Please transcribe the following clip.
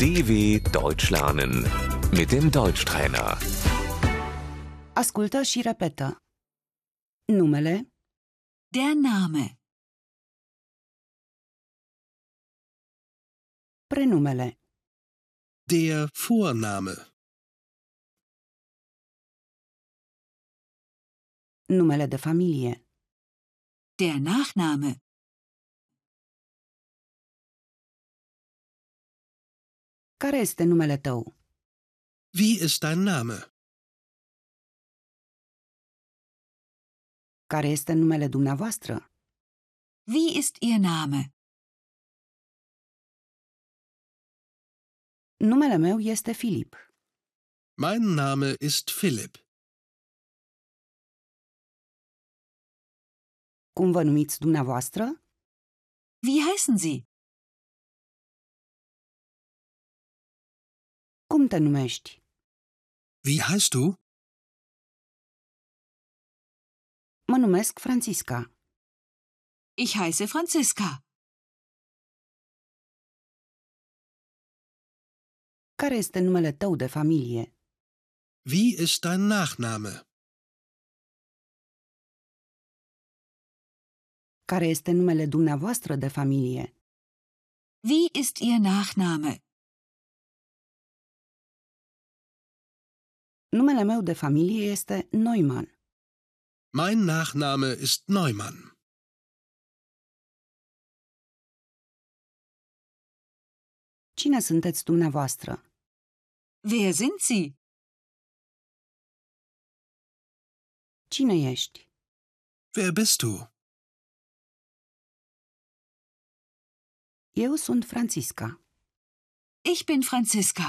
DW Deutsch lernen mit dem Deutschtrainer. Ascultă și repetă. Numele, Der Name, prenumele, Der Vorname, numele de familie, der Nachname, care este numele tău, wie ist dein Name? care este numele dumneavoastră, wie ist Ihr Name? numele meu este Filip, Mein Name ist Philipp. cum vă numiți dumneavoastră, Wie heißen Sie? cum te numești, Wie heißt du? mă numesc Francisca, Ich heiße Franziska. care este numele tău de familie, Wie ist dein Nachname? care este numele dumneavoastră de familie, Wie ist Ihr Nachname? numele meu de familie este Neumann, Mein Nachname ist Neumann. cine sunteți dumneavoastră, Wer sind Sie? cine ești, Wer bist du? eu sunt Francisca. Ich bin Franziska.